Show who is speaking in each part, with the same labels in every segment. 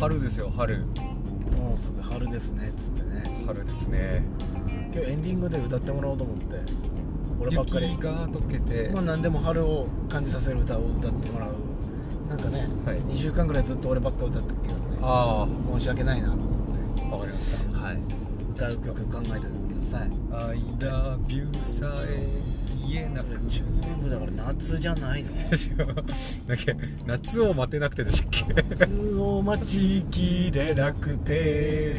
Speaker 1: 春ですよ春
Speaker 2: もうすぐ春ですねっつってね
Speaker 1: 春ですね
Speaker 2: 今日エンディングで歌ってもらおうと思って俺ばっ
Speaker 1: 雪
Speaker 2: かり
Speaker 1: が溶けて、
Speaker 2: まあ何でも春を感じさせる歌を歌ってもらうなんかね、
Speaker 1: はい
Speaker 2: 2週間ぐらいずっと俺ばっか歌ってるけどね
Speaker 1: あ
Speaker 2: 申し訳ないなと思っ、
Speaker 1: あわかりまして
Speaker 2: はい、歌う曲考えてください
Speaker 1: た I love you さえ言えな
Speaker 2: それ
Speaker 1: く
Speaker 2: 中年部だから夏じゃないの
Speaker 1: だっけ夏を待てなくてでしたっけ
Speaker 2: 夏を待ちきれなくて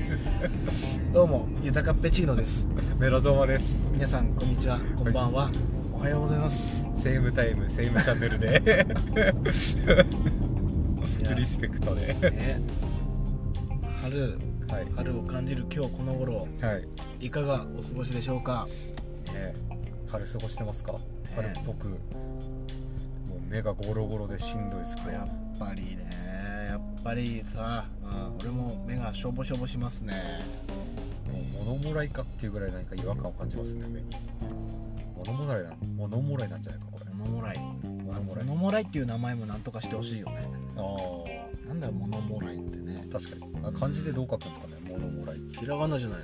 Speaker 2: どうもゆたかっぺチーノです
Speaker 1: メラゾーマです
Speaker 2: 皆さんこんにちはこんばんはおはようございます
Speaker 1: セームタイムセームチャンネルでリスペクトで
Speaker 2: ね春
Speaker 1: はい
Speaker 2: 春を感じる今日この頃
Speaker 1: はい、ね
Speaker 2: いかがお過ごしでしょうか
Speaker 1: 春過ごしてますか、
Speaker 2: え
Speaker 1: 春っぽくもう目がゴロゴロでしんどいですか
Speaker 2: やっぱりねやっぱりさ、うん、俺も目がしょぼしょぼしますね
Speaker 1: もう物もらいかっていうぐらい何か違和感を感じますね目に物もらいな物もらいなんじゃないかこれ
Speaker 2: 物もらい
Speaker 1: 物もらい
Speaker 2: 物もらいっていう名前もなんとかしてほしいよね
Speaker 1: あ
Speaker 2: なんだよ物もらいってね
Speaker 1: あ確かにあ漢字でどう書くんですかね物もらい
Speaker 2: ひらがなじゃない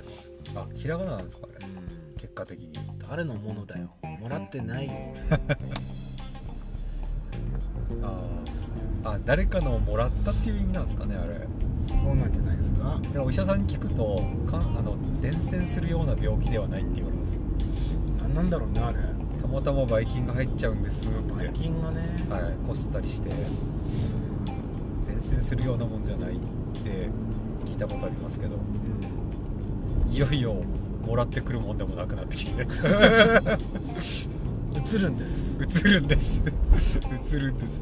Speaker 2: の
Speaker 1: あひらがななんですかね
Speaker 2: うん
Speaker 1: 結果的に
Speaker 2: 誰のものだよもらってないよ
Speaker 1: あーあ誰かのをもらったっていう意味なんですかねあれ
Speaker 2: そうなんじゃないですか
Speaker 1: でお医者さんに聞くとかんあの伝染するような病気ではないって言われます
Speaker 2: 何なんだろうねあれ
Speaker 1: たまたまばい菌が入っちゃうんですって
Speaker 2: ばい菌がね、
Speaker 1: はいこすったりして伝染するようなもんじゃないって聞いたことありますけどいよいよもらってくるもんでもなくなってき て
Speaker 2: うん、映るんです
Speaker 1: 映るんです映るんです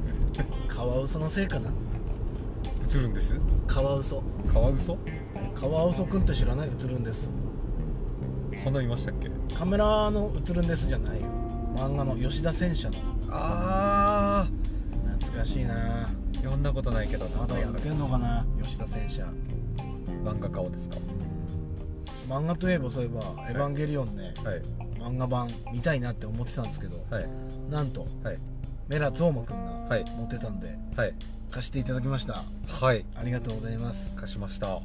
Speaker 2: カワウソのせいかな
Speaker 1: 映るんです
Speaker 2: カワウソ
Speaker 1: カワウソ
Speaker 2: えカワウソくんって知らない映るんです
Speaker 1: そんなんいましたっけ
Speaker 2: カメラの映るんですじゃないよ漫画の吉田戦車の
Speaker 1: あ
Speaker 2: 懐かしいな
Speaker 1: あ読んだことないけどな
Speaker 2: まだやってんのかな吉田戦車
Speaker 1: 漫画顔ですか
Speaker 2: 漫画といえばそういえば「エヴァンゲリオンね」
Speaker 1: はい
Speaker 2: 漫画版見たいなって思ってたんですけど、
Speaker 1: はい
Speaker 2: なんと
Speaker 1: はい
Speaker 2: メラゾーマくんが
Speaker 1: はい
Speaker 2: 持ってたんで
Speaker 1: はい
Speaker 2: 貸していただきました
Speaker 1: はい
Speaker 2: ありがとうございます
Speaker 1: 貸しました
Speaker 2: はい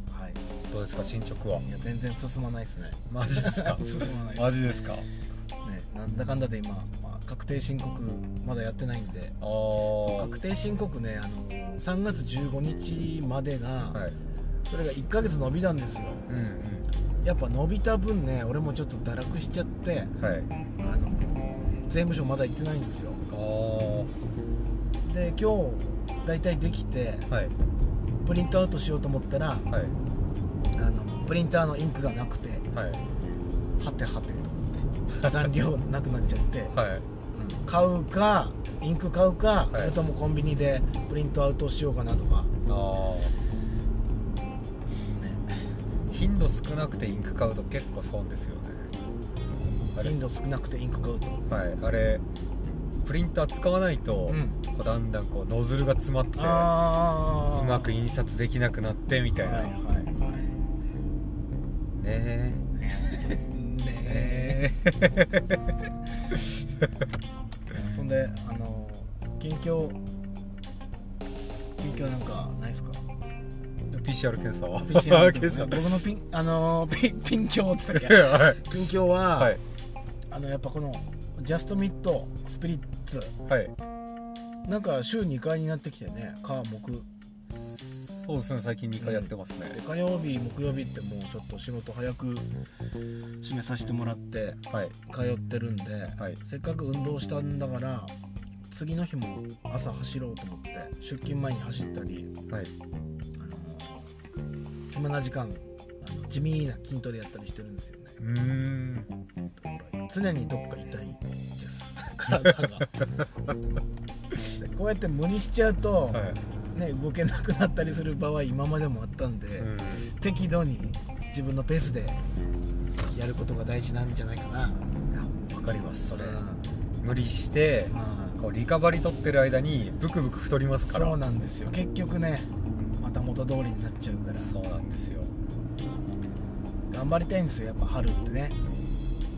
Speaker 1: どうですか進捗はい
Speaker 2: や全然進まないですね
Speaker 1: マジ ですか
Speaker 2: 進まない
Speaker 1: マジですかあ
Speaker 2: ねなんだかんだで今、まあ確定申告まだやってないんで
Speaker 1: あは
Speaker 2: 確定申告ねあの3月15日までが、
Speaker 1: い
Speaker 2: それが1ヶ月延びたんですよ
Speaker 1: うん
Speaker 2: やっぱ延びた分ね俺もちょっと堕落しちゃって
Speaker 1: うんはい
Speaker 2: あの税務署まだ行ってないんですよ
Speaker 1: ああ
Speaker 2: で今日大体できて
Speaker 1: はい
Speaker 2: プリントアウトしようと思ったら
Speaker 1: はい
Speaker 2: あのプリンターのインクがなくて
Speaker 1: はい
Speaker 2: はてはてと思って残量なくなっちゃって、
Speaker 1: はい
Speaker 2: うん買うかインク買うか、
Speaker 1: はい
Speaker 2: それともコンビニでプリントアウトしようかなとか、ね、
Speaker 1: ああ頻度少なくてインク買うと結構損ですよねあれ
Speaker 2: 頻度少なくてインク買うと
Speaker 1: はいあれプリンター使わないと、
Speaker 2: うん
Speaker 1: こうだんだんこうノズルが詰まってう
Speaker 2: あ
Speaker 1: まく印刷できなくなってみたいな、
Speaker 2: はい
Speaker 1: ね
Speaker 2: はいは
Speaker 1: え
Speaker 2: いねえ
Speaker 1: ね
Speaker 2: そんであの近況近況なんかないですか
Speaker 1: PCR 検査は
Speaker 2: PCR
Speaker 1: 検査
Speaker 2: 僕のピンあのピンピン況っつったっけ
Speaker 1: はい
Speaker 2: 近況は、
Speaker 1: はい
Speaker 2: あのやっぱこのジャストミッドスピリッツ
Speaker 1: はい
Speaker 2: なんか週2回になってきてね火木
Speaker 1: そうですね最近2回やってます
Speaker 2: で
Speaker 1: ね、
Speaker 2: 火曜日木曜日ってもうちょっと仕事早く締めさせてもらって
Speaker 1: はい
Speaker 2: 通ってるんで、
Speaker 1: はい
Speaker 2: せっかく運動したんだから次の日も朝走ろうと思って出勤前に走ったり
Speaker 1: はい
Speaker 2: あの暇な時間あの地味な筋トレやったりしてるんですよね
Speaker 1: うーん
Speaker 2: 常にどっか痛いです 体がでこうやって無理しちゃうと、
Speaker 1: はい
Speaker 2: ね、動けなくなったりする場合今までもあったんで、
Speaker 1: うん
Speaker 2: 適度に自分のペースでやることが大事なんじゃないかな、
Speaker 1: わかりますそれ
Speaker 2: うん
Speaker 1: 無理して
Speaker 2: うん
Speaker 1: こうリカバリー取ってる間にブクブク太りますから
Speaker 2: そうなんですよ結局ねまた元通りになっちゃうから
Speaker 1: そうなんですよ
Speaker 2: 頑張りたいんですよやっぱ春ってね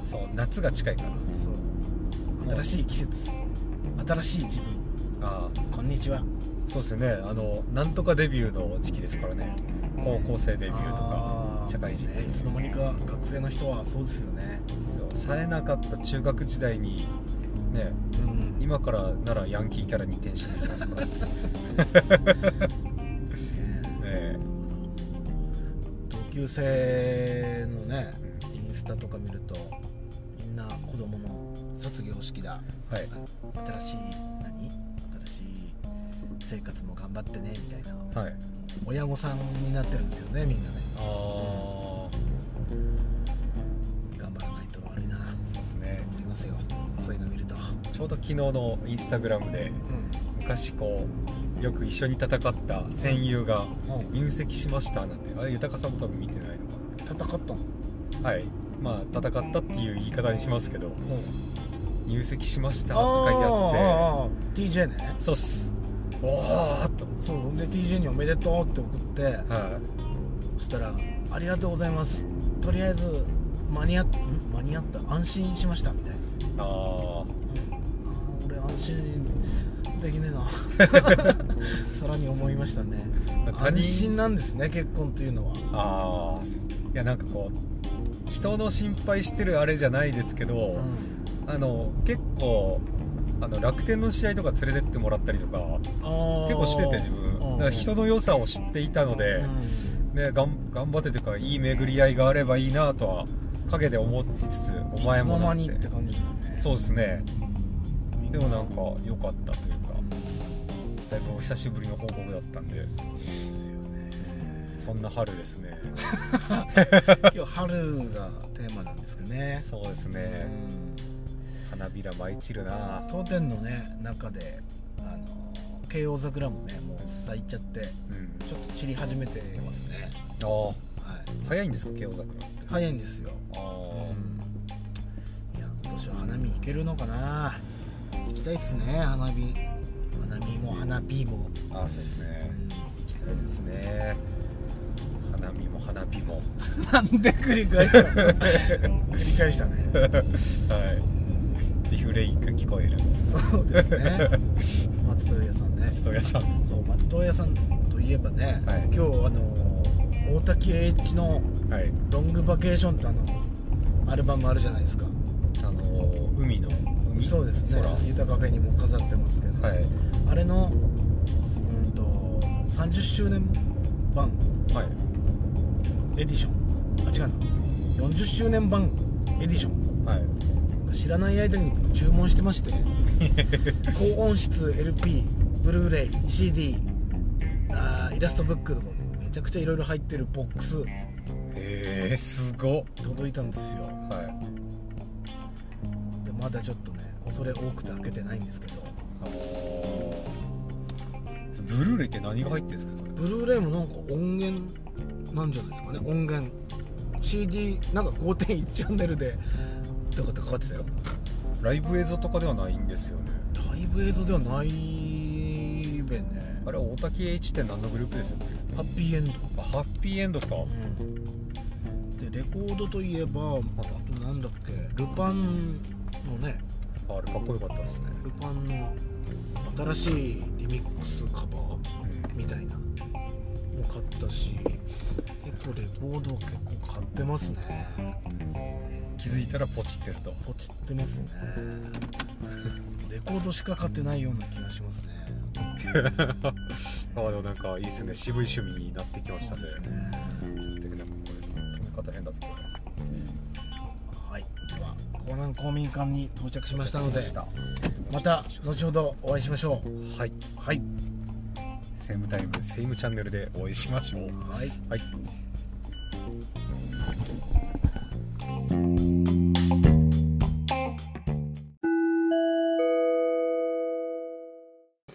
Speaker 1: そう夏が近いから
Speaker 2: そう新しい季節新しい自分
Speaker 1: ああ
Speaker 2: こんにちは
Speaker 1: そうですよねあのなんとかデビューの時期ですからね高校生デビューと
Speaker 2: あ
Speaker 1: か
Speaker 2: ー
Speaker 1: 社会人デ
Speaker 2: ね
Speaker 1: ビュ
Speaker 2: いつの間にか学生の人はそうですよね
Speaker 1: ーそう冴えなかった中学時代にね
Speaker 2: うん
Speaker 1: 今からならヤンキーキャラに転身できますからねえ
Speaker 2: 同級生のね
Speaker 1: う
Speaker 2: インスタとか見るとみんな子供の卒業式だ
Speaker 1: はい
Speaker 2: あ新しい何新しい生活も頑張ってねみたいな
Speaker 1: はい
Speaker 2: 親御さんになってるんですよねみんなね
Speaker 1: ああ
Speaker 2: 頑張らないと悪いな
Speaker 1: そうですね
Speaker 2: と思いますよそういうの見ると、
Speaker 1: ちょうど昨日のインスタグラムで昔こうよく一緒に戦った戦友が
Speaker 2: うん
Speaker 1: 入籍しましたなんてあれ豊さんも多分見てないのか
Speaker 2: 戦ったの
Speaker 1: なはいまあ戦ったっていう言い方にしますけど入籍しましたって書いてあっ
Speaker 2: あー TJ ね
Speaker 1: てそうっすおおっと
Speaker 2: そうほんで TJ に「おめでとう」って送って
Speaker 1: は
Speaker 2: そしたら「ありがとうございますとりあえず間に合っん間に合った安心しました」みたいな、
Speaker 1: いああ
Speaker 2: うん、あー俺安心できねえな さらに思いましたね
Speaker 1: まあ他人
Speaker 2: 安心なんですね結婚というのは
Speaker 1: ああいやなんかこう人の心配してるあれじゃないですけど、あの結構あの楽天の試合とか連れてってもらったりとか結構してて自分だから人
Speaker 2: の
Speaker 1: の良さを知っていたので、ね、がん頑張ってというかいい巡り合いがあればいいなとは陰で思ってつつお前も
Speaker 2: いつの
Speaker 1: な
Speaker 2: 間
Speaker 1: ん
Speaker 2: に
Speaker 1: て
Speaker 2: って感じだよね
Speaker 1: そうですね
Speaker 2: うん
Speaker 1: でもなんか良かったというかだいぶお久しぶりの報告だったんでそんな春ですね
Speaker 2: 今日春がテーマなんですかね
Speaker 1: そうですね花びら舞い散るな
Speaker 2: 当店のね中であの慶応桜もねもう咲いちゃって
Speaker 1: うん
Speaker 2: ちょっと散り始めてますね
Speaker 1: ああ
Speaker 2: はい
Speaker 1: 早いんですか慶応桜って
Speaker 2: 早いんですよ
Speaker 1: ああ
Speaker 2: いや今年は花見行けるのかな行きたいっすね花火花見も花火も、
Speaker 1: ああそうですね行きたいですね花見も花火 も
Speaker 2: なんで繰り返したの 繰り返したね
Speaker 1: はいリフレインが聞こえる
Speaker 2: そうですね松任谷さんね
Speaker 1: スト屋さん
Speaker 2: そう松任谷さんといえばね、
Speaker 1: はい
Speaker 2: 今日あの大滝栄一の
Speaker 1: はい
Speaker 2: 「ロングバケーション」ってあのアルバムあるじゃないですか
Speaker 1: あのー海の海
Speaker 2: そうですね
Speaker 1: 空
Speaker 2: 「ユタカフェ」にも飾ってますけど、
Speaker 1: はい
Speaker 2: あれのうんと30周年版
Speaker 1: はい
Speaker 2: エディションあ違うな40周年版エディション
Speaker 1: はい
Speaker 2: 知らない間に注文してま して高音質 LP ブルーレイ CD あーイラストブックとかめちゃくちゃいろいろ入ってるボックス
Speaker 1: へえすごっ
Speaker 2: 届いたんですよ
Speaker 1: はい
Speaker 2: でまだちょっとね恐れ多くて開けてないんですけど
Speaker 1: あのーブルーレイって何が入ってるんですかそれ
Speaker 2: ブルーレイもなんか音源なんじゃないですかね音源 CD なんか5.1チャンネルでとかってかかってたよ
Speaker 1: ライブ映像とかではないんですよね
Speaker 2: ライブ映像ではないべね
Speaker 1: あれ大滝栄一って何のグループでしたっ
Speaker 2: ハッピーエンド、
Speaker 1: けあハッピーエンドか
Speaker 2: でレコードといえばあとなんだっけルパンのね
Speaker 1: あれかっこよかったですね、
Speaker 2: ルパンの新しいリミックスカバーみたいなも買ったし結構レコードは結構買ってますね
Speaker 1: 気づいたらポチってる と
Speaker 2: ポチってますねレコードしか買ってないような気がしますね
Speaker 1: あでもなんかいいですね渋い趣味になってきましたね
Speaker 2: そう
Speaker 1: で
Speaker 2: ですね
Speaker 1: なんかこれ止め方変だぞこれ
Speaker 2: はいでは江南公民館に到着しましたので
Speaker 1: は
Speaker 2: また後ほどお会いしましょう
Speaker 1: い
Speaker 2: はい
Speaker 1: セームタイムセームチャンネルでお会いしましょう
Speaker 2: はい
Speaker 1: はい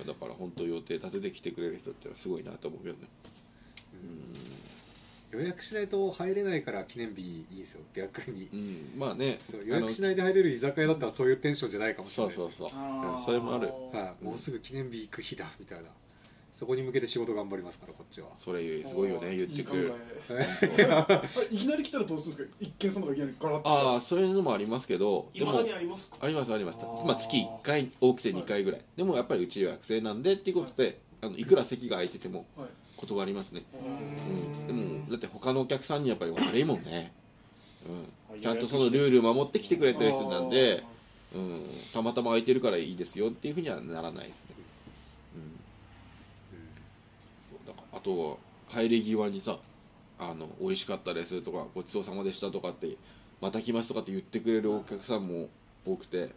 Speaker 3: だから本当予定立てて来てくれる人ってのはすごいなと思うよね
Speaker 4: 予約しないと入れないから記念日いいんですよ逆に
Speaker 3: うんまあね
Speaker 4: そう予約しないいで入れる居酒屋だったらそういうテンションじゃないかもしれ
Speaker 3: そ
Speaker 4: ない
Speaker 3: う
Speaker 4: です
Speaker 3: そうそううんそれもある
Speaker 4: はいもうすぐ記念日行く日だみたいなそこに向けて仕事頑張りますからこっちは
Speaker 3: それすごいよね言ってく
Speaker 5: いい
Speaker 3: る
Speaker 5: 考え あいきなり来たらどうするんですか一見様がいきなりガラッと
Speaker 3: ああそういうのもありますけどで
Speaker 5: 今
Speaker 3: も
Speaker 5: 何ありますか
Speaker 3: ありますあります
Speaker 5: あー
Speaker 3: まあ月1回多くて2回ぐらい、でもやっぱりうち学生なんでっていうことであのいくら席が空いてても
Speaker 5: はい
Speaker 3: 断りますね、
Speaker 5: うん
Speaker 3: うん、でもだって他のお客さんにやっぱり悪いもんね、うん、ちゃんとそのル
Speaker 5: ル
Speaker 3: ール守ってきてくれてる人なんで、うん、たまたま空いてるからいいですよっていうふうにはならないですね、うん、そうだからあとは帰り際にさあの美味しかったですとかごちそうさまでしたとかってまた来ますとかって言ってくれるお客さんも多くて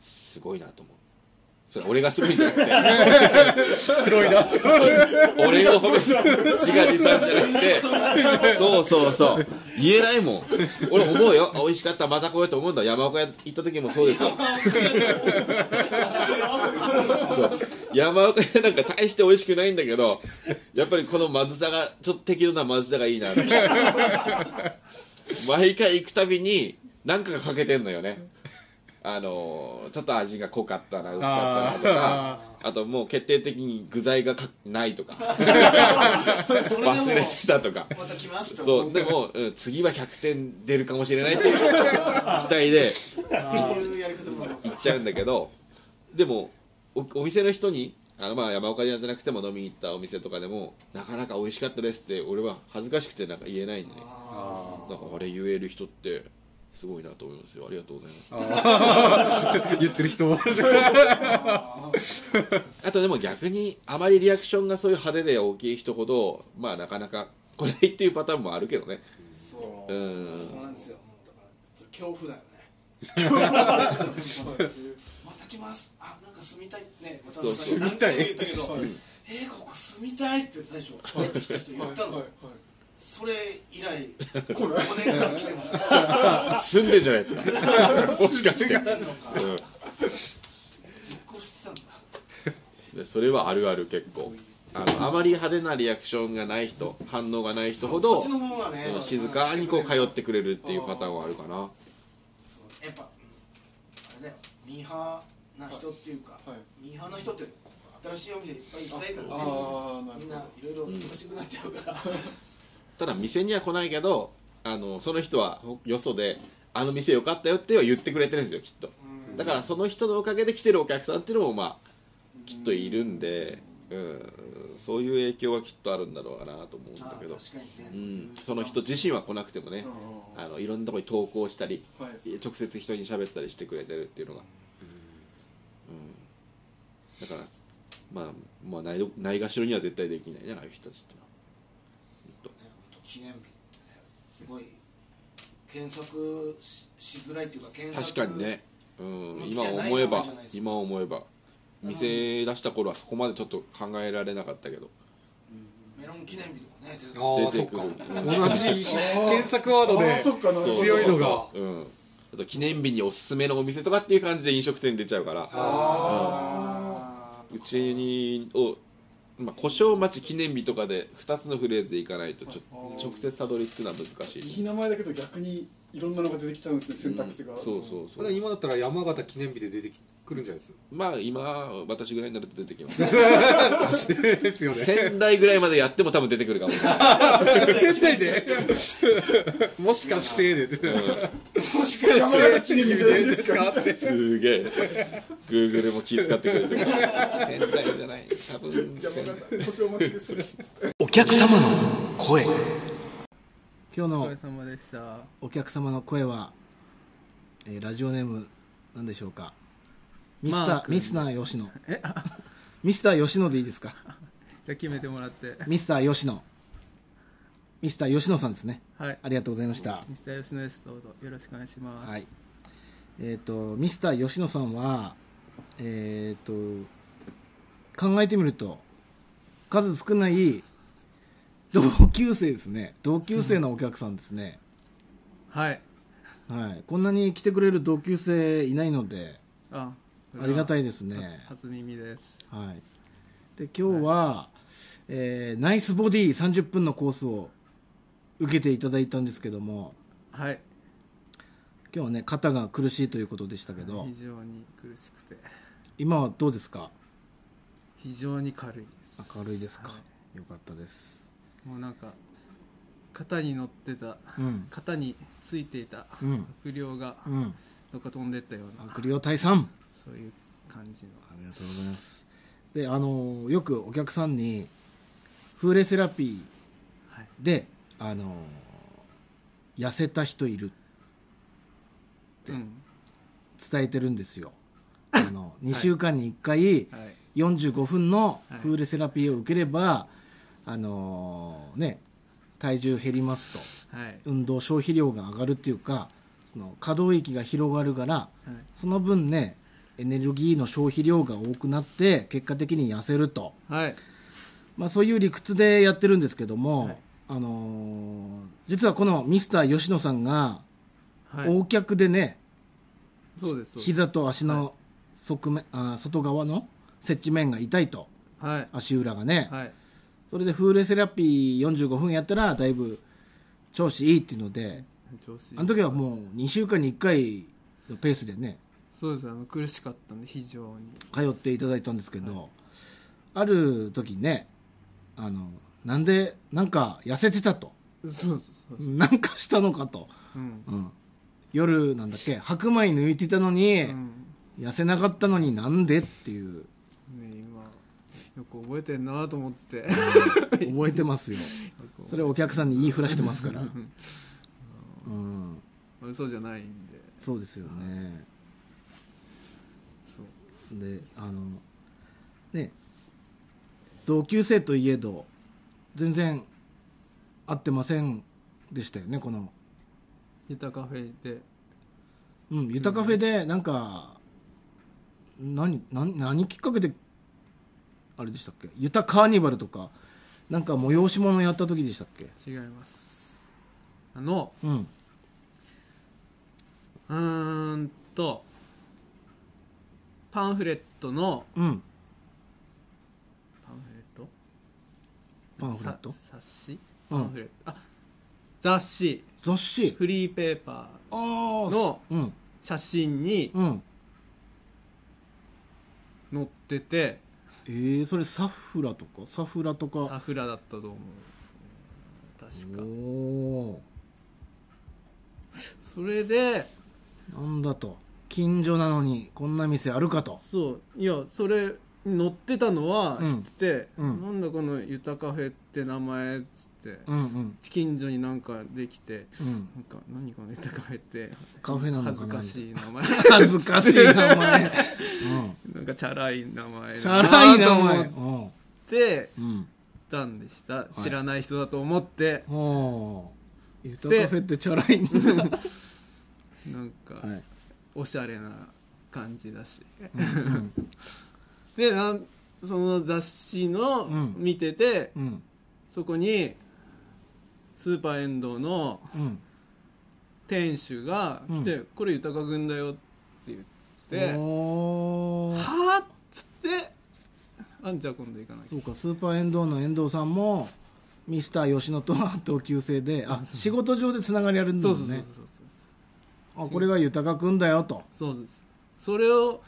Speaker 3: すごいなと思うそれ俺がすごいんじゃなくて
Speaker 1: 黒いなって
Speaker 3: 俺を褒める自画自賛じゃなくてそうそうそう言えないもん俺思うよ美味しかったまた来ようと思うんだ山岡屋行った時もそうですよそう山岡屋なんか大して美味しくないんだけどやっぱりこのまずさがちょっと適度なまずさがいいなって毎回行くたびに何かが欠けてんのよねあのちょっと味が濃かったな薄かったなとかあともう決定的に具材がかな いとか忘れてたとか
Speaker 5: また来ますって
Speaker 3: そうでも、うん次は100点出るかもしれないっていう期待で
Speaker 5: こういうやり方も
Speaker 3: 行っちゃうんだけどでもおお店の人にあのまあ山岡屋じゃなくても飲みに行ったお店とかでもなかなか美味しかったですって俺は恥ずかしくてなんか言えないんでねだからあれ言える人ってすごいなと思いますよありがとうございます
Speaker 4: 言ってる人も
Speaker 3: あとでも逆にあまりリアクションがそういう派手で大きい人ほどまあなかなか来ないっていうパターンもあるけどね
Speaker 5: そうそうんなんですよだから恐怖だよねまた来ますあなんか住みたいねまた
Speaker 3: そうそう
Speaker 4: 住みたい
Speaker 5: 何回も言ったけどえー、ここ住みたいって最初帰ってきた人言ったの、それ以来5年間来てます
Speaker 3: 住んでんじゃない ですかもしかして、う
Speaker 5: 実行してたんだ
Speaker 3: ん、でそれはあるある結構あのあまり派手なリアクションがない人反応がない人ほ
Speaker 5: こ
Speaker 3: ど
Speaker 5: っちの方がね
Speaker 3: うん静かにこう通ってくれるっていうパターンはあるかな
Speaker 5: そうやっぱ、うんあれだよミーハーな人っていうか、
Speaker 6: はい
Speaker 5: ミーハーな人って新しいお店いっぱい行きたいから
Speaker 6: ああなる
Speaker 5: みん
Speaker 6: ほど
Speaker 5: ないろいろ忙しくなっちゃうから、
Speaker 3: ただ店には来ないけどあのその人はほよそであの店良かったよっては言ってくれてるんですよきっとだからその人のおかげで来てるお客さんっていうのもまあきっといるんで、うん、そういう影響はきっとあるんだろうなと思うんだ
Speaker 5: あ
Speaker 3: け
Speaker 5: ー
Speaker 3: ど、
Speaker 5: 確かにね、
Speaker 3: うん、その人自身は来なくてもねあのいろんなとこに投稿したり
Speaker 6: はい
Speaker 3: 直接人に喋ったりしてくれてるっていうのが、うん、だからまあ、まあ、ないないがしろには絶対できないねああいう人たちっていうのは
Speaker 5: ね本当記念日ってねすごい検索ししづらいっていうか検
Speaker 3: 確
Speaker 5: 索
Speaker 3: かにね、うん、
Speaker 5: 向き
Speaker 3: 今
Speaker 5: がない
Speaker 3: 思えば
Speaker 5: かもしれないです
Speaker 3: 今思えば店出した頃はそこまでちょっと考えられなかったけど
Speaker 5: メロン記念日とかね出てくる
Speaker 4: ああ
Speaker 3: 出
Speaker 4: そ
Speaker 3: て
Speaker 4: っか
Speaker 3: くる
Speaker 4: 同じ検索ワード
Speaker 6: あ
Speaker 4: で
Speaker 6: あそっかなるほど
Speaker 4: 強いのが
Speaker 3: そううんあと記念日におすすめのお店とかっていう感じで飲食店出ちゃうからうんうちにをまあ、故障町記念日とかで2つのフレーズでいかないとちょ直接たどり着くのは難し
Speaker 6: い
Speaker 3: い
Speaker 6: い名前だけど逆にいろんなのが出てきちゃうんですね選択肢
Speaker 3: う
Speaker 6: が
Speaker 3: んそうそうそ
Speaker 4: ただ
Speaker 3: う
Speaker 4: 今だったら山形記念日で出てくるんじゃない
Speaker 3: まあ今私ぐらいになると出てきます
Speaker 4: ですよね
Speaker 3: 仙台ぐらいまでやっても多分出てくるかもしれない
Speaker 4: 仙台で もしかしてで
Speaker 6: 山形記念日じゃないですか
Speaker 3: すげえ Google も気遣ってくれて る仙台じゃない多分仙台
Speaker 6: 腰をお待ちです
Speaker 2: お客様の声今日
Speaker 7: お疲
Speaker 2: の
Speaker 7: れ様でした
Speaker 2: お客様の声は、えーラジオネームなんでしょうかミスタ
Speaker 7: マ
Speaker 2: ー
Speaker 7: ー君
Speaker 2: ミスター吉野
Speaker 7: えあ
Speaker 2: ミスター吉野でいいですか
Speaker 7: じゃあ決めてもらって
Speaker 2: ミスター吉野ミスター吉野さんですね
Speaker 7: はい
Speaker 2: ありがとうございました
Speaker 7: ミスター吉野ですどうぞよろしくお願いします
Speaker 2: はいえっ、とミスター吉野さんはえっ、と考えてみると数少ない同級生ですね同級生のお客さんですね、
Speaker 7: はい
Speaker 2: はい、こんなに来てくれる同級生いないので
Speaker 7: あ
Speaker 2: ありがた
Speaker 7: い
Speaker 2: いですね、
Speaker 7: 初初耳です
Speaker 2: はい、で今日は、えーナイスボディ30分のコースを受けていただいたんですけども
Speaker 7: はい
Speaker 2: 今日はね肩が苦しいということでしたけど
Speaker 7: 非常に苦しくて
Speaker 2: 今はどうですか
Speaker 7: 非常に軽いです
Speaker 2: 明るいですか、
Speaker 7: は
Speaker 2: よかったです
Speaker 7: もうなんか肩に乗ってた
Speaker 2: うん
Speaker 7: 肩についていた
Speaker 2: うん
Speaker 7: 悪霊が
Speaker 2: うん
Speaker 7: どっか飛んでったような
Speaker 2: 悪霊退散
Speaker 7: そういう感じの
Speaker 2: ありがとうございますであのよくお客さんに風鈴セラピ
Speaker 7: はい
Speaker 2: ーで、あの痩せた人いるで
Speaker 7: うん
Speaker 2: 伝えてるんですよあの2週間に1回、
Speaker 7: はい
Speaker 2: 45分の
Speaker 7: はい
Speaker 2: フールセラピーを受ければ、あのーね体重減ります
Speaker 7: はい
Speaker 2: と運動消費量が上がるっていうかその可動域が広がるから
Speaker 7: はい
Speaker 2: その分ねエネルギーの消費量が多くなって結果的に痩せると、
Speaker 7: はい
Speaker 2: まあ、そういう理屈でやってるんですけども、
Speaker 7: はい
Speaker 2: あのー実はこのミスター吉野さんが
Speaker 7: はい
Speaker 2: 大脚でね、
Speaker 7: そうですそうです
Speaker 2: 膝と足の側面、あー外側の接地面が痛いと
Speaker 7: はい
Speaker 2: 足裏がね、
Speaker 7: はい
Speaker 2: それでフーレセラピー45分やったらだいぶ調子いいっていうので
Speaker 7: 調子いい
Speaker 2: あの時はもう2週間に1回のペースでね
Speaker 7: そうですあの苦しかったんで非常に
Speaker 2: 通っていただいたんですけど、ある時ねあのなんでなんか痩せてたと
Speaker 7: そうそうそう
Speaker 2: なんかしたのかと、
Speaker 7: うん
Speaker 2: うん、夜なんだっけ白米抜いてたのに、
Speaker 7: うん
Speaker 2: 痩せなかったのになんでっていう
Speaker 7: ね今よく覚えてんなと思って
Speaker 2: 覚えてますよそれをお客さんに言いふらしてます から、うん、
Speaker 7: そうじゃないんで
Speaker 2: そうですよね
Speaker 7: そう
Speaker 2: であのね同級生といえど全然会ってませんでしたよねこの
Speaker 7: ゆたカフェで
Speaker 2: 「うん、ゆたカフェ」でなんか何何何きっかけであれでしたっけ「ゆたカーニバル」とかなんか催し物やった時でしたっけ
Speaker 7: 違いますあの
Speaker 2: うん
Speaker 7: うーんとパンフレットの
Speaker 2: うん
Speaker 7: パンフレット
Speaker 2: パンフレット
Speaker 7: さ冊子
Speaker 2: う
Speaker 7: パン
Speaker 2: ん
Speaker 7: フレット、あ雑誌
Speaker 2: 雑誌
Speaker 7: フリーペーパ
Speaker 2: あ
Speaker 7: ー
Speaker 2: あ
Speaker 7: の
Speaker 2: うん
Speaker 7: 写真に
Speaker 2: うん
Speaker 7: 載ってて
Speaker 2: えー、それサフラとかサフラと
Speaker 7: サ
Speaker 2: か
Speaker 7: フラだったと思う確
Speaker 2: お
Speaker 7: か
Speaker 2: お
Speaker 7: それで
Speaker 2: なんだと近所なのにこんな店あるかと
Speaker 7: そういやそれ乗ってたのは知ってて、
Speaker 2: うんうん
Speaker 7: なんだこの「ゆたカフェ」って名前っつって、
Speaker 2: うんうん
Speaker 7: 近所になんかできて
Speaker 2: うん
Speaker 7: なんか何この「ゆたカフェ」って
Speaker 2: カフェなの
Speaker 7: 恥
Speaker 2: か
Speaker 7: ず
Speaker 2: な
Speaker 7: かしい名前
Speaker 2: 恥ずかしい名 前、うん、
Speaker 7: なんかチャラい名前
Speaker 2: チャ
Speaker 7: だ
Speaker 2: ラい
Speaker 7: な
Speaker 2: 名
Speaker 7: と
Speaker 2: 前
Speaker 7: 思って
Speaker 2: うん
Speaker 7: たんでした、知らない人だと思って
Speaker 2: うんおーゆたカフェってチャラいんだ、
Speaker 7: なんか
Speaker 2: はい
Speaker 7: おしゃれな感じだし
Speaker 2: うん
Speaker 7: でなんその雑誌の
Speaker 2: うん
Speaker 7: 見てて、
Speaker 2: うん
Speaker 7: そこにスーパーエンドウの
Speaker 2: うん
Speaker 7: 店主が来て「これ豊君だよ」って言って「
Speaker 2: おー
Speaker 7: はあ?」っつって「あんじゃあ今度行かなき
Speaker 2: そ
Speaker 7: ゃ
Speaker 2: うかスーパー遠藤の遠藤さんもミスター吉野とは同級生であ仕事上でつながりある」んだ
Speaker 7: そ
Speaker 2: も
Speaker 7: うそうんそうそう
Speaker 2: ねあこれが豊くんだよと、
Speaker 7: そうそうですそれを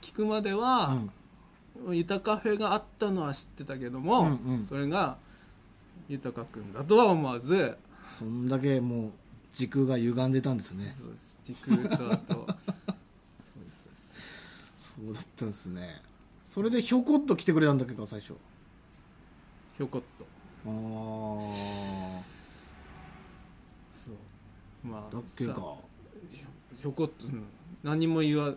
Speaker 7: 聞くまで
Speaker 2: う
Speaker 7: は
Speaker 2: ん、
Speaker 7: 「ゆたカフェ」があったのは知ってたけど
Speaker 2: うん
Speaker 7: も
Speaker 2: うん
Speaker 7: それが豊君だとは思わず
Speaker 2: そんだけもう時空が歪んでたんですね
Speaker 7: そうです時空とあとそうですそうです
Speaker 2: そうだったんですねそれでひょこっと来てくれたんだっけど最初
Speaker 7: ひょこっと
Speaker 2: ああ
Speaker 7: そうまあ
Speaker 2: だっけ
Speaker 7: さ
Speaker 2: か
Speaker 7: ひょこっと、うん何も言わ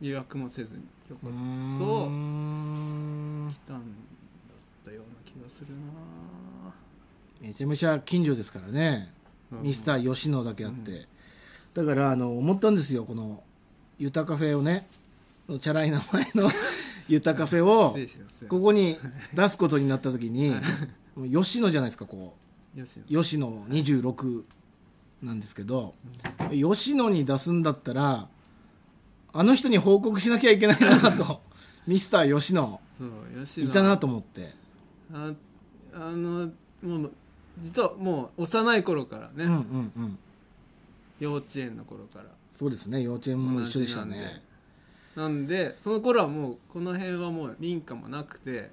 Speaker 7: 予約もせずにひょこ
Speaker 2: う
Speaker 7: っ
Speaker 2: ー
Speaker 7: と
Speaker 2: ん
Speaker 7: 来たんだったような気がする
Speaker 2: めちゃめちゃ近所ですからね、
Speaker 7: な
Speaker 2: ミスター吉野だけあって、だからあの思ったんですよこの「ゆたカフェ」をねチャラい名前 の「ゆたカフェ」を
Speaker 7: 失礼します
Speaker 2: ここに出すことになった時にもう吉野じゃないですかこう
Speaker 7: 吉野
Speaker 2: 吉野26なんですけど、吉野に出すんだったらあの人に報告しなきゃいけないなと ミスター吉野
Speaker 7: そう吉野
Speaker 2: いたなと思って、
Speaker 7: ああのもう実はもう幼い頃からね、
Speaker 2: うんうんうん、
Speaker 7: 幼稚園の頃から
Speaker 2: そうですね幼稚園も一緒でした
Speaker 7: 同じなん
Speaker 2: ね
Speaker 7: でなんでその頃はもうこの辺はもう民家もなくて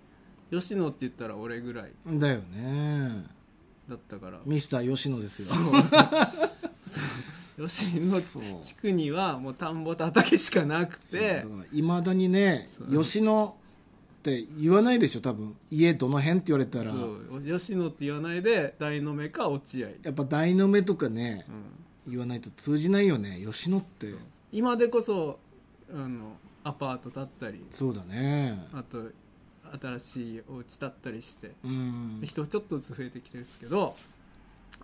Speaker 7: 吉野って言ったら俺ぐらい
Speaker 2: だよね
Speaker 7: だったから
Speaker 2: ミスター吉野ですよ
Speaker 7: 吉野
Speaker 2: そう
Speaker 7: 地区にはもう田んぼと畑しかな
Speaker 2: だ
Speaker 7: くて
Speaker 2: からいまだにね
Speaker 7: そう
Speaker 2: 吉野って言わないでしょ多分家どの辺って言われたら
Speaker 7: そう吉野って言わないで大の目か落合、
Speaker 2: やっぱ大の目とかね
Speaker 7: うん、
Speaker 2: 言わないと通じないよね吉野って
Speaker 7: 今でこそあのアパート建ったり
Speaker 2: そうだね
Speaker 7: あと新しいお家建ったりして
Speaker 2: うん
Speaker 7: 人ちょっとずつ増えてきてるんですけど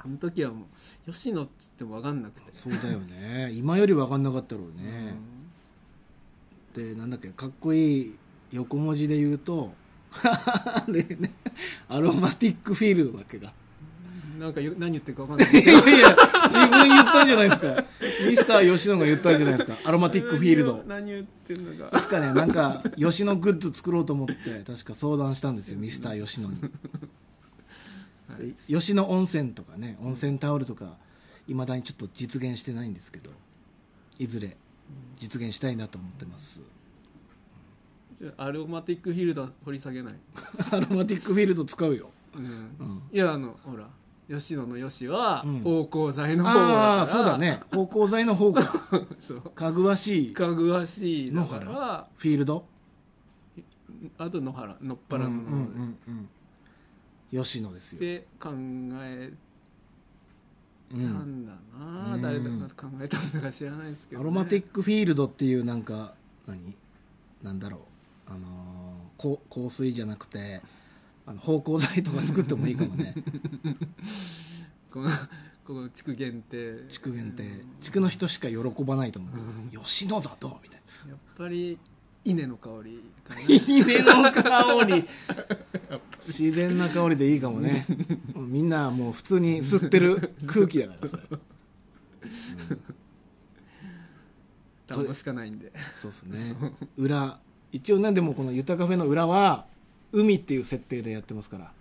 Speaker 7: あの時はもう吉野っつっても分かんなくて
Speaker 2: そうだよね今より分かんなかったろうね、でなんだっけかっこいい横文字で言うとあれねアロマティックフィールドだっけが
Speaker 7: なんかよ何言ってるか分かんない
Speaker 2: いやいや自分言ったんじゃないですかミスター吉野が言ったんじゃないですかアロマティックフィールド
Speaker 7: 何を何言ってんの
Speaker 2: い
Speaker 7: か
Speaker 2: つかねなんか吉野グッズ作ろうと思って確か相談したんですよミスター吉野に、吉野温泉とかね温泉タオルとかいまだにちょっと実現してないんですけどいずれ実現したいなと思ってます
Speaker 7: アロマティックフィールドは掘り下げない、
Speaker 2: アロマティックフィールド使うよ
Speaker 7: うん
Speaker 2: うん
Speaker 7: いやあのほら吉野の吉は
Speaker 2: うん
Speaker 7: 芳香剤の方だから、
Speaker 2: ああそうだね芳香剤の方か
Speaker 7: そう
Speaker 2: かぐわしいフ
Speaker 7: かぐわしいだか
Speaker 2: 野
Speaker 7: ら
Speaker 2: ィールド
Speaker 7: あと野原野っ原の
Speaker 2: うん
Speaker 7: 方
Speaker 2: うん
Speaker 7: で、
Speaker 2: うんうん吉野ですよ、
Speaker 7: で考え
Speaker 2: う
Speaker 7: た
Speaker 2: ん、
Speaker 7: んだな、
Speaker 2: うん
Speaker 7: 誰だか考えたんだか知らないですけど、
Speaker 2: アロマティ
Speaker 7: ク
Speaker 2: ックフィールドっていうなんか何なんだろうあのーこ香水じゃなくてあの芳香剤とか作ってもいいかも ね
Speaker 7: この この地区限定
Speaker 2: 地区限定地区の人しか喜ばないと思う吉野だとみたいな
Speaker 7: やっぱり稲の香りかな
Speaker 2: 稲の香り自然な香りでいいかもねみんなもう普通に吸ってる空気だからそれ
Speaker 7: 田んぼしかないんで
Speaker 2: そうですね裏一応ねでもこの「ゆたカフェ」の裏は海っていう設定でやってますから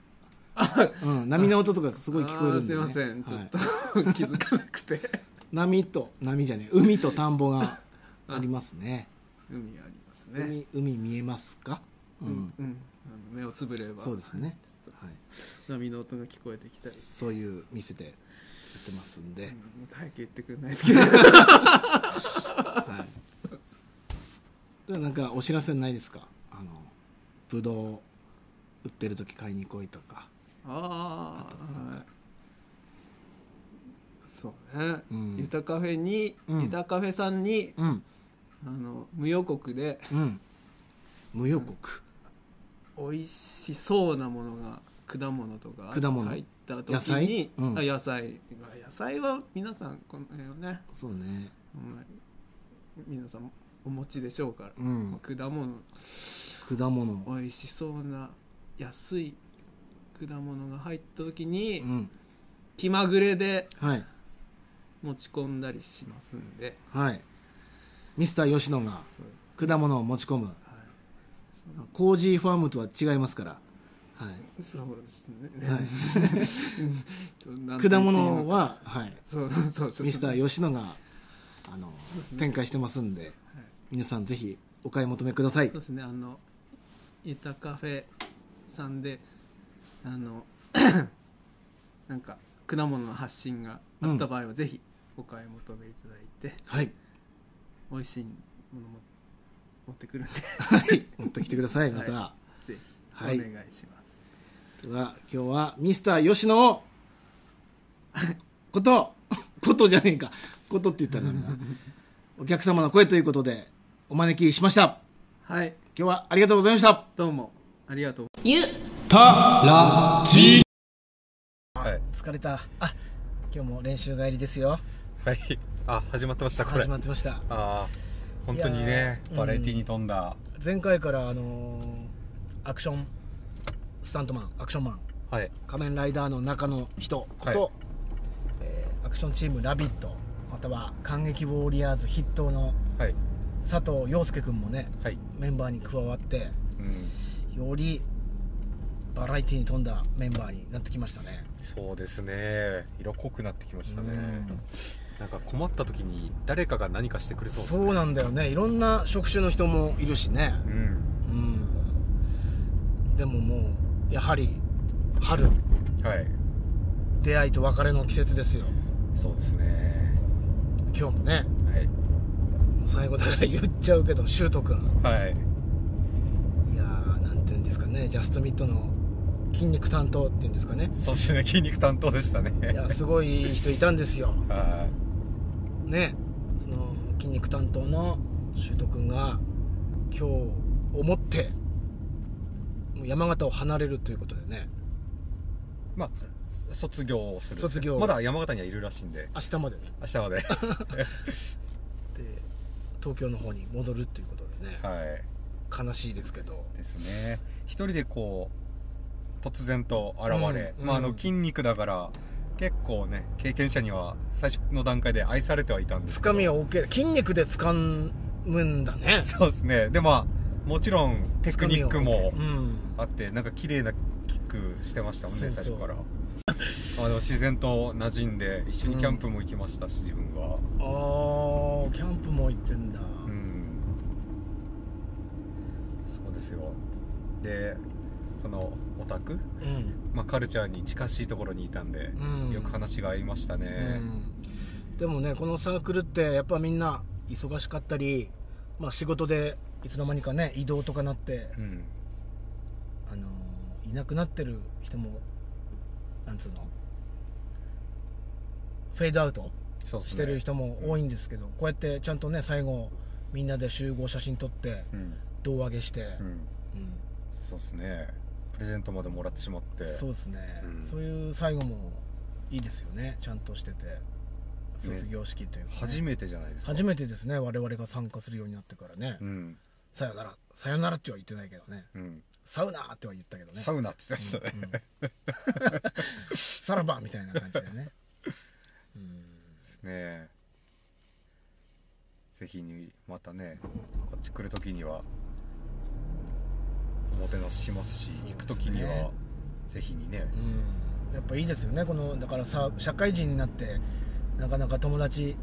Speaker 2: うん、波の音とかすごい聞こえるんで、ね、
Speaker 7: あーすいませんちょっと
Speaker 2: はい
Speaker 7: 気づかなくて
Speaker 2: 波と波じゃねえ海と田んぼ がありますね
Speaker 7: 海ありますね
Speaker 2: 海海見えますか、うん
Speaker 7: うん、あの目をつぶれば
Speaker 2: そうですね、
Speaker 7: ちょっ
Speaker 2: はい、
Speaker 7: と波の音が聞こえてきたり、
Speaker 2: そういう店でやってますんで、
Speaker 7: うん、もう早く言ってくれないで すけど
Speaker 2: でなんかお知らせないですかあのブドウ売ってる時買いに来いとか
Speaker 7: あ
Speaker 2: あと
Speaker 7: あはいそうね、
Speaker 2: うん
Speaker 7: ゆたカフェに、
Speaker 2: うん
Speaker 7: ゆたカフェさんに
Speaker 2: うん
Speaker 7: あの無予告で
Speaker 2: うん無予告、
Speaker 7: 美味しそうなものが果物とか
Speaker 2: 果物
Speaker 7: 入った時に
Speaker 2: 野菜うん
Speaker 7: あ野菜野菜は皆さんこの辺はね、
Speaker 2: そうね
Speaker 7: うん皆さんお持ちでしょうから、
Speaker 2: うん
Speaker 7: 果物
Speaker 2: 果物
Speaker 7: 美味しそうな安い果物が入った時に、
Speaker 2: うん
Speaker 7: 気まぐれで
Speaker 2: はい
Speaker 7: 持ち込んだりしますんで
Speaker 2: はいミスター吉野が
Speaker 7: そうです
Speaker 2: 果物を持ち込む
Speaker 7: はい
Speaker 2: コージーファームとは違いますから、はい
Speaker 7: そうです
Speaker 2: は
Speaker 7: ね。 はい
Speaker 2: 果物。は、はい、
Speaker 7: そうそうそう。
Speaker 2: ミスタ
Speaker 7: よ。
Speaker 2: ー吉野があの展開してますんで、皆さんぜひお買い求めください
Speaker 7: そうですね。あのイタカフェさんであの なんか果物の発信があった場合はぜひお買い求めいただいて、
Speaker 2: はい、
Speaker 7: 美味しいものも持ってくるんで
Speaker 2: はい、持ってきてくださいまた、
Speaker 7: ぜひお
Speaker 2: はい
Speaker 7: 願いします。
Speaker 2: では今日はミスター吉野をことことじゃねえかことって言ったらダメだお客様の声ということでお招きしました
Speaker 7: はい。
Speaker 2: 今日はありがとうございました
Speaker 7: どうもありがとう。
Speaker 8: ゆ
Speaker 1: はい
Speaker 2: 疲れたあ今日も練習帰りですよ
Speaker 1: はいあ始まってましたこれ
Speaker 2: 始まってました
Speaker 1: ああ本当に
Speaker 2: いや
Speaker 1: ね
Speaker 2: ー
Speaker 1: バラエティに富んだ、
Speaker 2: 前回からあのーアクションスタントマンアクションマン
Speaker 1: はい
Speaker 2: 仮面ライダーの中の人こと、
Speaker 1: はい
Speaker 2: えーアクションチーム「ラビット!」または「感激ウォーリアーズ」筆頭の
Speaker 1: はい
Speaker 2: 佐藤陽介君もね
Speaker 1: はい
Speaker 2: メンバーに加わって
Speaker 1: うん
Speaker 2: よりバラエティに富んだメンバーになってきましたね
Speaker 1: そうですね色濃くなってきましたね
Speaker 2: うん
Speaker 1: なんか困った時に誰かが何かしてくれそうです
Speaker 2: そうなんだよねいろんな職種の人もいるしね
Speaker 1: うん
Speaker 2: うんでももうやはり春
Speaker 1: はい
Speaker 2: 出会いと別れの季節ですよ
Speaker 1: そうですね
Speaker 2: 今日もね
Speaker 1: は
Speaker 2: もう最後だから言っちゃうけどシュート君
Speaker 1: いはい
Speaker 2: いやーなんていうんですかねジャストミットの筋肉担当っていうんですかね
Speaker 1: そうですね筋肉担当でしたね
Speaker 2: いやすごい人いたんですよ
Speaker 1: は
Speaker 2: ねその筋肉担当の修斗君が今日をもってもう山形を離れるということでね
Speaker 1: いまあ卒業をする
Speaker 2: 卒業
Speaker 1: まだ山形にはいるらしいんで
Speaker 2: 明日までね
Speaker 1: 明日まではい
Speaker 2: で東京の方に戻るということでね、悲しいですけど
Speaker 1: ですね一人でこう突然と現れ、
Speaker 2: うん
Speaker 1: まあ、あ
Speaker 2: う
Speaker 1: の
Speaker 2: ん
Speaker 1: 筋肉だから結構ね経験者には最初の段階で愛されてはいたんです
Speaker 2: つ
Speaker 1: け
Speaker 2: か
Speaker 1: ど
Speaker 2: みは OK 筋肉で掴むんだね
Speaker 1: そうですねでまあもちろんテクニックも
Speaker 2: 掴みは OK うん
Speaker 1: あってなんか綺麗なキックしてましたもんね
Speaker 2: そうそう
Speaker 1: 最初からあの自然と馴染んで一緒にキャンプも行きましたし、自分は
Speaker 2: あーキャンプも行ってんだ、
Speaker 1: うんそうですよでそのオタク、
Speaker 2: うん
Speaker 1: まあ、カルチャーに近しいところにいたんで、
Speaker 2: うん
Speaker 1: よく話が合いましたね、
Speaker 2: うんでもねこのサークルってやっぱみんな忙しかったり、まあ、仕事でいつの間にかね移動とかなって、
Speaker 1: うん
Speaker 2: あのーいなくなってる人もなんつうのフェードアウト
Speaker 1: そうです
Speaker 2: し
Speaker 1: ね
Speaker 2: てる人も多いんですけどこうやってちゃんとね最後みんなで集合写真撮って
Speaker 1: うん、
Speaker 2: 胴上げして、
Speaker 1: うん、
Speaker 2: うん
Speaker 1: そうですねプレゼントまでもらってしまって
Speaker 2: そうですね、
Speaker 1: うん
Speaker 2: そういう最後もいいですよねちゃんとしてて卒業式というかね、
Speaker 1: 初めてじゃないですか
Speaker 2: 初めてですね我々が参加するようになってからね、
Speaker 1: うん
Speaker 2: さよならさよならっては言ってないけどね
Speaker 1: うん
Speaker 2: サウナーっては言ったけどね
Speaker 1: サウナって言ってましたね、
Speaker 2: うんうん さらばみたいな感じでね
Speaker 1: ねえぜひにまたねこっち来る時にはおもてなししますし行く時にはぜひにね
Speaker 2: うんやっぱいいですよねこのだからさ社会人になってなかなか友達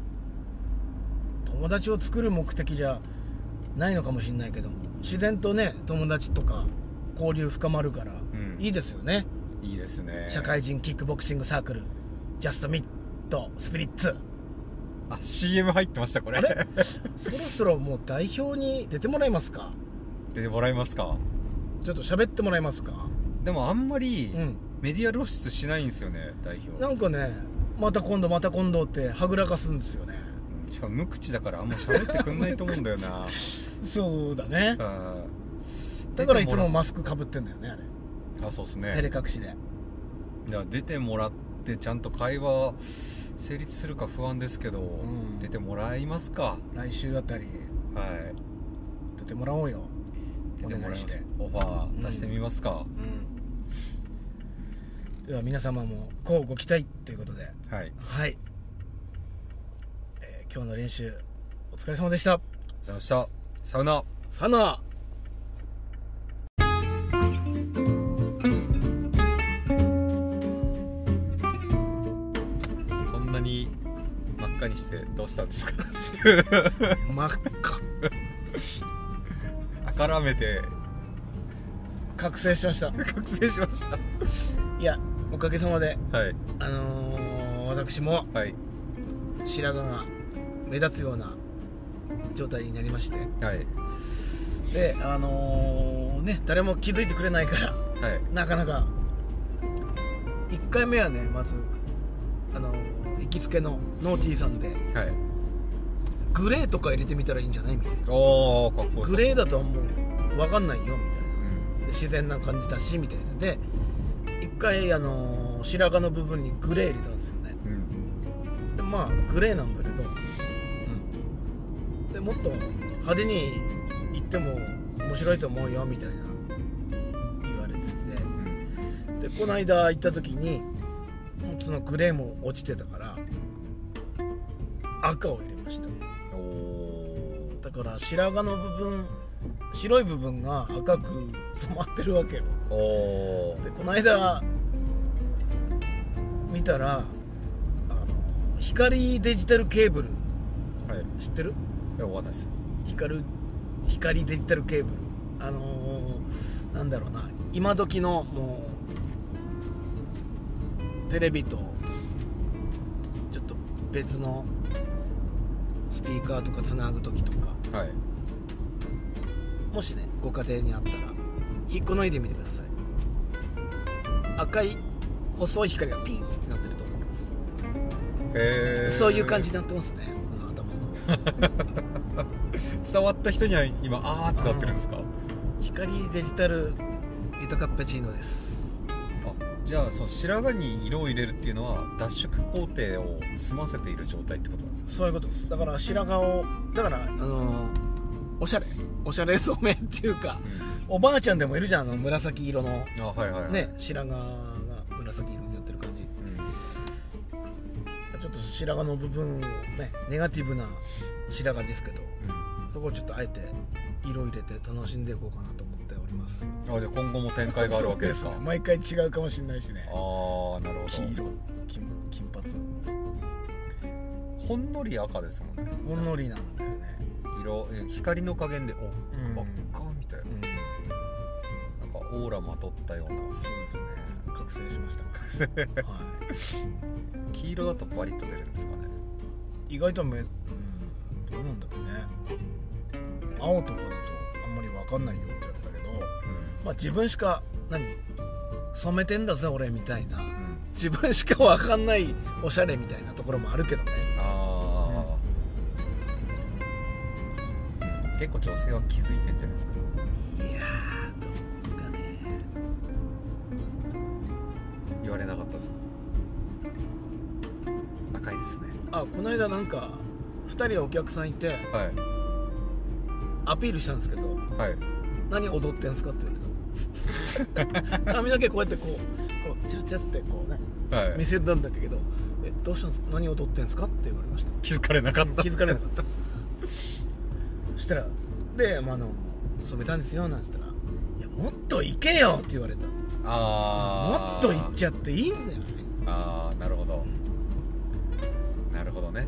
Speaker 2: 友達を作る目的じゃないのかもしれないけども自然とね友達とか交流深まるから、
Speaker 1: ん
Speaker 2: いいですよね
Speaker 1: いいですね
Speaker 2: 社会人キックボクシングサークルジャストミットスピリッツ
Speaker 1: あ CM 入ってましたこれ
Speaker 2: あれそろそろもう代表に出てもらえますか
Speaker 1: 出てもらえますか
Speaker 2: ちょっと喋ってもらえますか
Speaker 1: でもあんまり
Speaker 2: うん
Speaker 1: メディア露出しないんですよね代表
Speaker 2: なんかねまた今度また今度ってはぐらかすんですよね
Speaker 1: うんしかも無口だからあんま喋ってくんないと思うんだよ な
Speaker 2: そうだね
Speaker 1: うん
Speaker 2: だからいつも
Speaker 1: 出てら
Speaker 2: マスクかぶってんだよねあれ、
Speaker 1: あそうですね
Speaker 2: 照れ隠しで
Speaker 1: いや出てもらってちゃんと会話成立するか不安ですけど、
Speaker 2: ん
Speaker 1: 出てもらいますか
Speaker 2: 来週あたり
Speaker 1: はい
Speaker 2: 出てもらおうよ
Speaker 1: 出
Speaker 2: お
Speaker 1: ても
Speaker 2: 願
Speaker 1: ら
Speaker 2: い
Speaker 1: い
Speaker 2: し
Speaker 1: しててオファー出してみますか、
Speaker 2: では皆様もこうご期待ということで
Speaker 1: はい
Speaker 2: はい、えー今日の練習お疲れ様でした
Speaker 1: ありがとうございましたサウナ
Speaker 2: さよなら
Speaker 1: そんなに真っ赤にしてどうしたんですか
Speaker 2: 真っ赤
Speaker 1: からめて
Speaker 2: 覚醒しました
Speaker 1: 覚醒しました
Speaker 2: いやおかげさまで
Speaker 1: はい
Speaker 2: あのー私も
Speaker 1: はい
Speaker 2: 白髪が目立つような状態になりまして
Speaker 1: はい
Speaker 2: であのーね誰も気づいてくれないから
Speaker 1: はい
Speaker 2: なかなか1回目はねまずあのー行きつけのノーティーさんで
Speaker 1: はい
Speaker 2: グレーとか入れてみたらいいんじゃないみたいな
Speaker 1: おおかっこいい
Speaker 2: グレーだともう分かんないよみたい
Speaker 1: うん
Speaker 2: なで自然な感じだしみたいなで1回あのー白髪の部分にグレー入れたんですよね
Speaker 1: うん
Speaker 2: でまあグレーなんだけど、でもっと派手に行っても面白いと思うよみたいな言われて
Speaker 1: うん
Speaker 2: てでこの間行った時にもうそのグレーも落ちてたから赤を入れました
Speaker 1: おお
Speaker 2: だから白髪の部分白い部分が赤く染まってるわけよ
Speaker 1: おお
Speaker 2: でこの間見たらあの光デジタルケーブル
Speaker 1: はい
Speaker 2: 知ってる
Speaker 1: いやわかんないです
Speaker 2: 光る光デジタルケーブルあのーなんだろうな今時のもうテレビとちょっと別のスピーカーとかつなぐ時とか
Speaker 1: はい
Speaker 2: もしねご家庭にあったら引っこ抜いてみてください赤い細い光がピーンってなってると思います
Speaker 1: へー
Speaker 2: そういう感じになってますね僕の頭も
Speaker 1: 伝わった人には今あーってなってるんですか
Speaker 2: 光デジタル豊かっぺチーノです
Speaker 1: あじゃあその白髪に色を入れるっていうのは脱色工程を済ませている状態ってことなんですか
Speaker 2: そういうことですだから白髪をだからあのーおしゃれおしゃれ染めっていうかおばあちゃんでもいるじゃんあの紫色の
Speaker 1: あはいはいはい
Speaker 2: ね白髪が紫色になってる感じちょっと白髪の部分をねネガティブな白髪ですけど
Speaker 1: うん
Speaker 2: そこをちょっとあえて色入れて楽しんでいこうかなと思っております
Speaker 1: うんあじゃあ今後も展開があるわけですか
Speaker 2: そうね毎回違うかもしれないしね
Speaker 1: ああなるほど
Speaker 2: 黄色金金髪
Speaker 1: ほんのり赤ですもんね
Speaker 2: ほんのりなんだよね
Speaker 1: 色え光の加減でお、
Speaker 2: ん
Speaker 1: あ赤みたいな
Speaker 2: うん
Speaker 1: なんかオーラまとったような
Speaker 2: そうですね覚醒しました はい
Speaker 1: 黄色だとバリッと出るんですかね
Speaker 2: 意外とめ、うん、どうなんだろうね青とかだとあんまり分かんないよって言われたけど、まあ、自分しか何染めてんだぜ俺みたいな
Speaker 1: うん、
Speaker 2: 自分しか分かんないおしゃれみたいなところもあるけどね
Speaker 1: ああ、結構女性は気づいてんじゃないですか
Speaker 2: いやーどうですかね
Speaker 1: 言われなかったですか赤いですね
Speaker 2: あこの間なんか2人お客さんいて
Speaker 1: は
Speaker 2: アピールしたんですけど
Speaker 1: いはい
Speaker 2: 「何踊ってんすか?」って言われ た髪の毛こうやってこうこうチラチラってこうね
Speaker 1: はい
Speaker 2: 見せたんだけど「えどうしたんですか何踊ってんすか?」って言われました
Speaker 1: 気づかれなかった
Speaker 2: 気づかれなかったそしたら で、まあ、あの染めたんですよなんつったら「いやもっと行けよ」って言われたも
Speaker 1: あ
Speaker 2: っ
Speaker 1: あ
Speaker 2: と行っちゃっていいんだよね
Speaker 1: ああなるほどなるほどね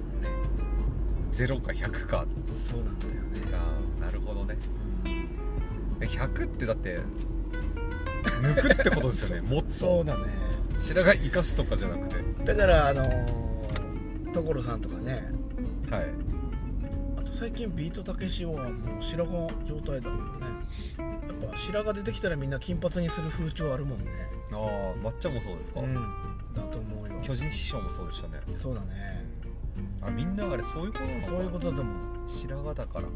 Speaker 1: 0か100か
Speaker 2: そうなんだよね
Speaker 1: あーなるほどねえ100ってだって抜くってことです よねもっ
Speaker 2: そう
Speaker 1: と
Speaker 2: だね
Speaker 1: 白髪生かすとかじゃなくて
Speaker 2: だからあのー所さんとかね
Speaker 1: はい
Speaker 2: あと最近ビートたけしはもう白髪状態だけどねやっぱ白髪出てきたらみんな金髪にする風潮あるもんね
Speaker 1: ああ抹茶もそうですか、
Speaker 2: うんだと思うよ
Speaker 1: 巨人師匠もそうでしたね
Speaker 2: そうだね
Speaker 1: あみんなあれそういうことなのかな
Speaker 2: そういうことだと思う
Speaker 1: 白髪だからか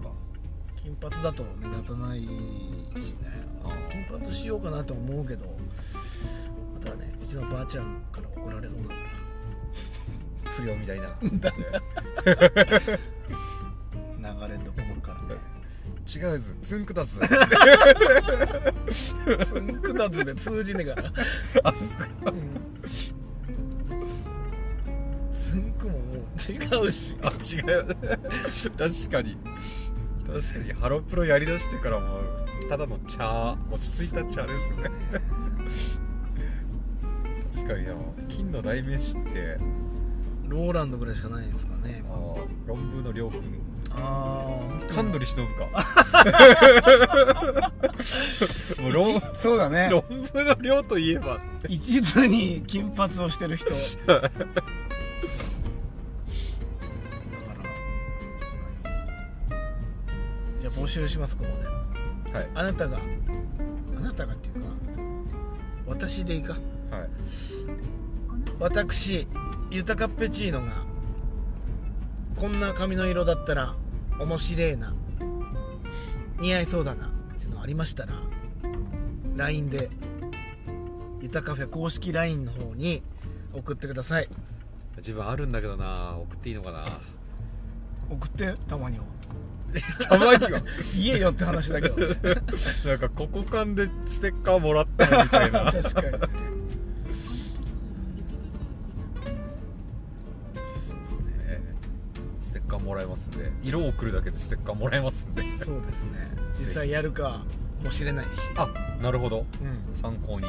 Speaker 2: 金髪だと目立たないしねあ金髪しようかなと思うけどあとはねうちのばあちゃんから怒られそうだか
Speaker 1: 不良みたいな
Speaker 2: ら流れとこもからね
Speaker 1: 違うずつんく だす
Speaker 2: つんくだずで通じねえから
Speaker 1: あそっか
Speaker 2: つんくももう違うし
Speaker 1: あ違う確かに確かにハロプロやりだしてからもうただの茶落ち着いた茶ですよね確かにな金の代名詞って
Speaker 2: ローランドぐらいしかないんですかね
Speaker 1: あー論文のりょうくん
Speaker 2: あ
Speaker 1: 神取忍か もう論
Speaker 2: あそうだね
Speaker 1: 論文の量といえば
Speaker 2: 一途に金髪をしてる人だから何じゃあ募集しますここで
Speaker 1: はい
Speaker 2: あなたがあなたがっていうか私でいいか
Speaker 1: はい
Speaker 2: 私ユタカッペチーノがこんな髪の色だったら面白いな似合いそうだなっていうのありましたら LINE でユタカフェ公式 LINE の方に送ってください
Speaker 1: 自分あるんだけどな送っていいのかな
Speaker 2: 送ってたまには
Speaker 1: たまには
Speaker 2: 言えよって話だけど、 ね、
Speaker 1: なんかここ間でステッカーもらったみたいな
Speaker 2: 確かに
Speaker 1: ステッカーもらえますんで色を送るだけでステッカーもらえますんで
Speaker 2: そうですね実際やるかもしれないし
Speaker 1: あなるほど
Speaker 2: うん
Speaker 1: 参考に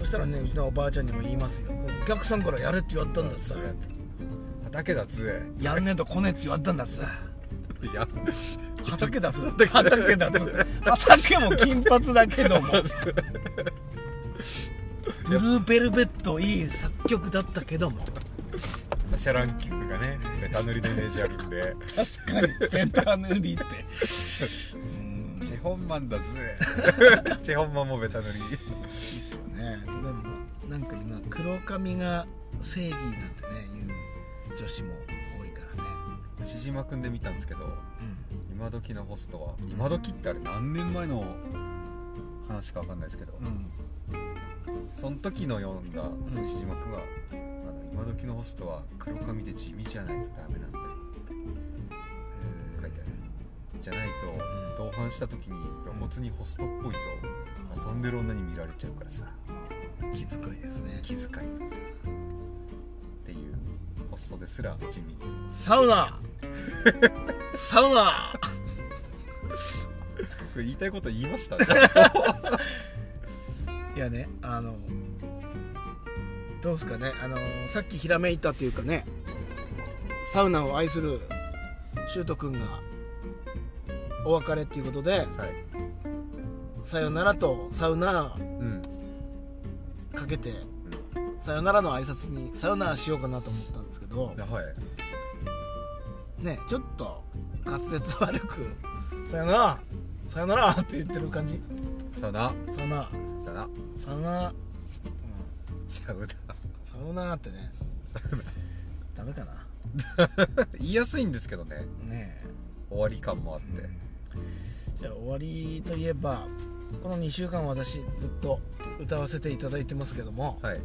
Speaker 2: そしたらねうちのおばあちゃんにも言いますよお客さんからやれって言われたんだってさ
Speaker 1: 畑だぜ
Speaker 2: やんねえと来ねえって言われたんだってさ
Speaker 1: いや
Speaker 2: 畑だぞ畑だぞ畑も金髪だけどもブルーベルベットいい作曲だったけども
Speaker 1: シャランキングがねベタ塗りのイメージあるんで
Speaker 2: 確かにペタ塗りってうん
Speaker 1: チェホンマンだぜチェホンマンもベタ塗り
Speaker 2: いいっすよねでもなんか今黒髪が正義なんてね言う女子も多いからね、
Speaker 1: 牛島くんで見たんですけど
Speaker 2: う
Speaker 1: 今時のホストは今時ってあれ何年前の話か分かんないですけど、
Speaker 2: んうん、
Speaker 1: その時の読んだ牛島くんは、あの今時のホストは黒髪で地味じゃないとダメなんだよって書いてあるじゃないと同伴した時に露骨にホストっぽいと遊んでる女に見られちゃうからさ
Speaker 2: 気遣いですね
Speaker 1: 気遣いですっていうホストですら地味に
Speaker 2: サウナサウナ
Speaker 1: これ言いたいこと言いま したねはい
Speaker 2: やねあのどうですかねあのさっきひらめいたというかねサウナを愛する柊斗君がお別れっていうことで
Speaker 1: い、
Speaker 2: 「さよなら」と「サウナ
Speaker 1: うん、」
Speaker 2: かけて「さよなら」の挨拶に「サウナ」しようかなと思ったんですけど
Speaker 1: はい
Speaker 2: ねちょっと滑舌悪く「さよなら」「さよなら」って言ってる感じ
Speaker 1: さよな
Speaker 2: 「さよなら」
Speaker 1: さよな
Speaker 2: 「さよなら」
Speaker 1: サウ
Speaker 2: 「さよなら」ってね
Speaker 1: サウ
Speaker 2: ダメかな
Speaker 1: ナ 言いやすいんですけどね
Speaker 2: ねえ
Speaker 1: 終わり感もあって、
Speaker 2: じゃあ終わりといえばこの2週間私ずっと歌わせていただいてますけども
Speaker 1: はい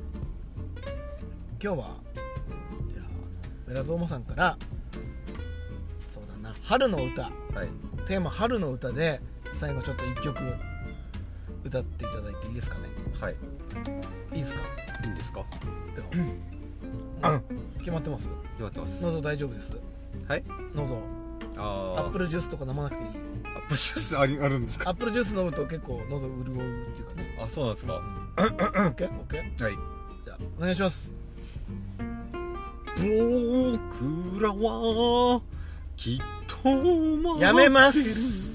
Speaker 2: 今日はじゃああのベラゾーモさんからそうだな春の歌
Speaker 1: はい
Speaker 2: テーマ「春の歌」で最後ちょっと1曲歌っていただいていいですかね
Speaker 1: はい
Speaker 2: いいですか
Speaker 1: いいんですか
Speaker 2: でも決まってます
Speaker 1: 決まってます
Speaker 2: 喉大丈夫です
Speaker 1: はい
Speaker 2: 喉
Speaker 1: あ
Speaker 2: ア
Speaker 1: ー
Speaker 2: ップルジュースとか飲まなくていい
Speaker 1: アップルジュースありあるんです
Speaker 2: アップルジュース飲むと結構喉潤うっていうかね
Speaker 1: あそうなんですかは
Speaker 2: OKOK
Speaker 1: い
Speaker 2: じゃあお願いします
Speaker 1: 僕らはきっと
Speaker 2: やめます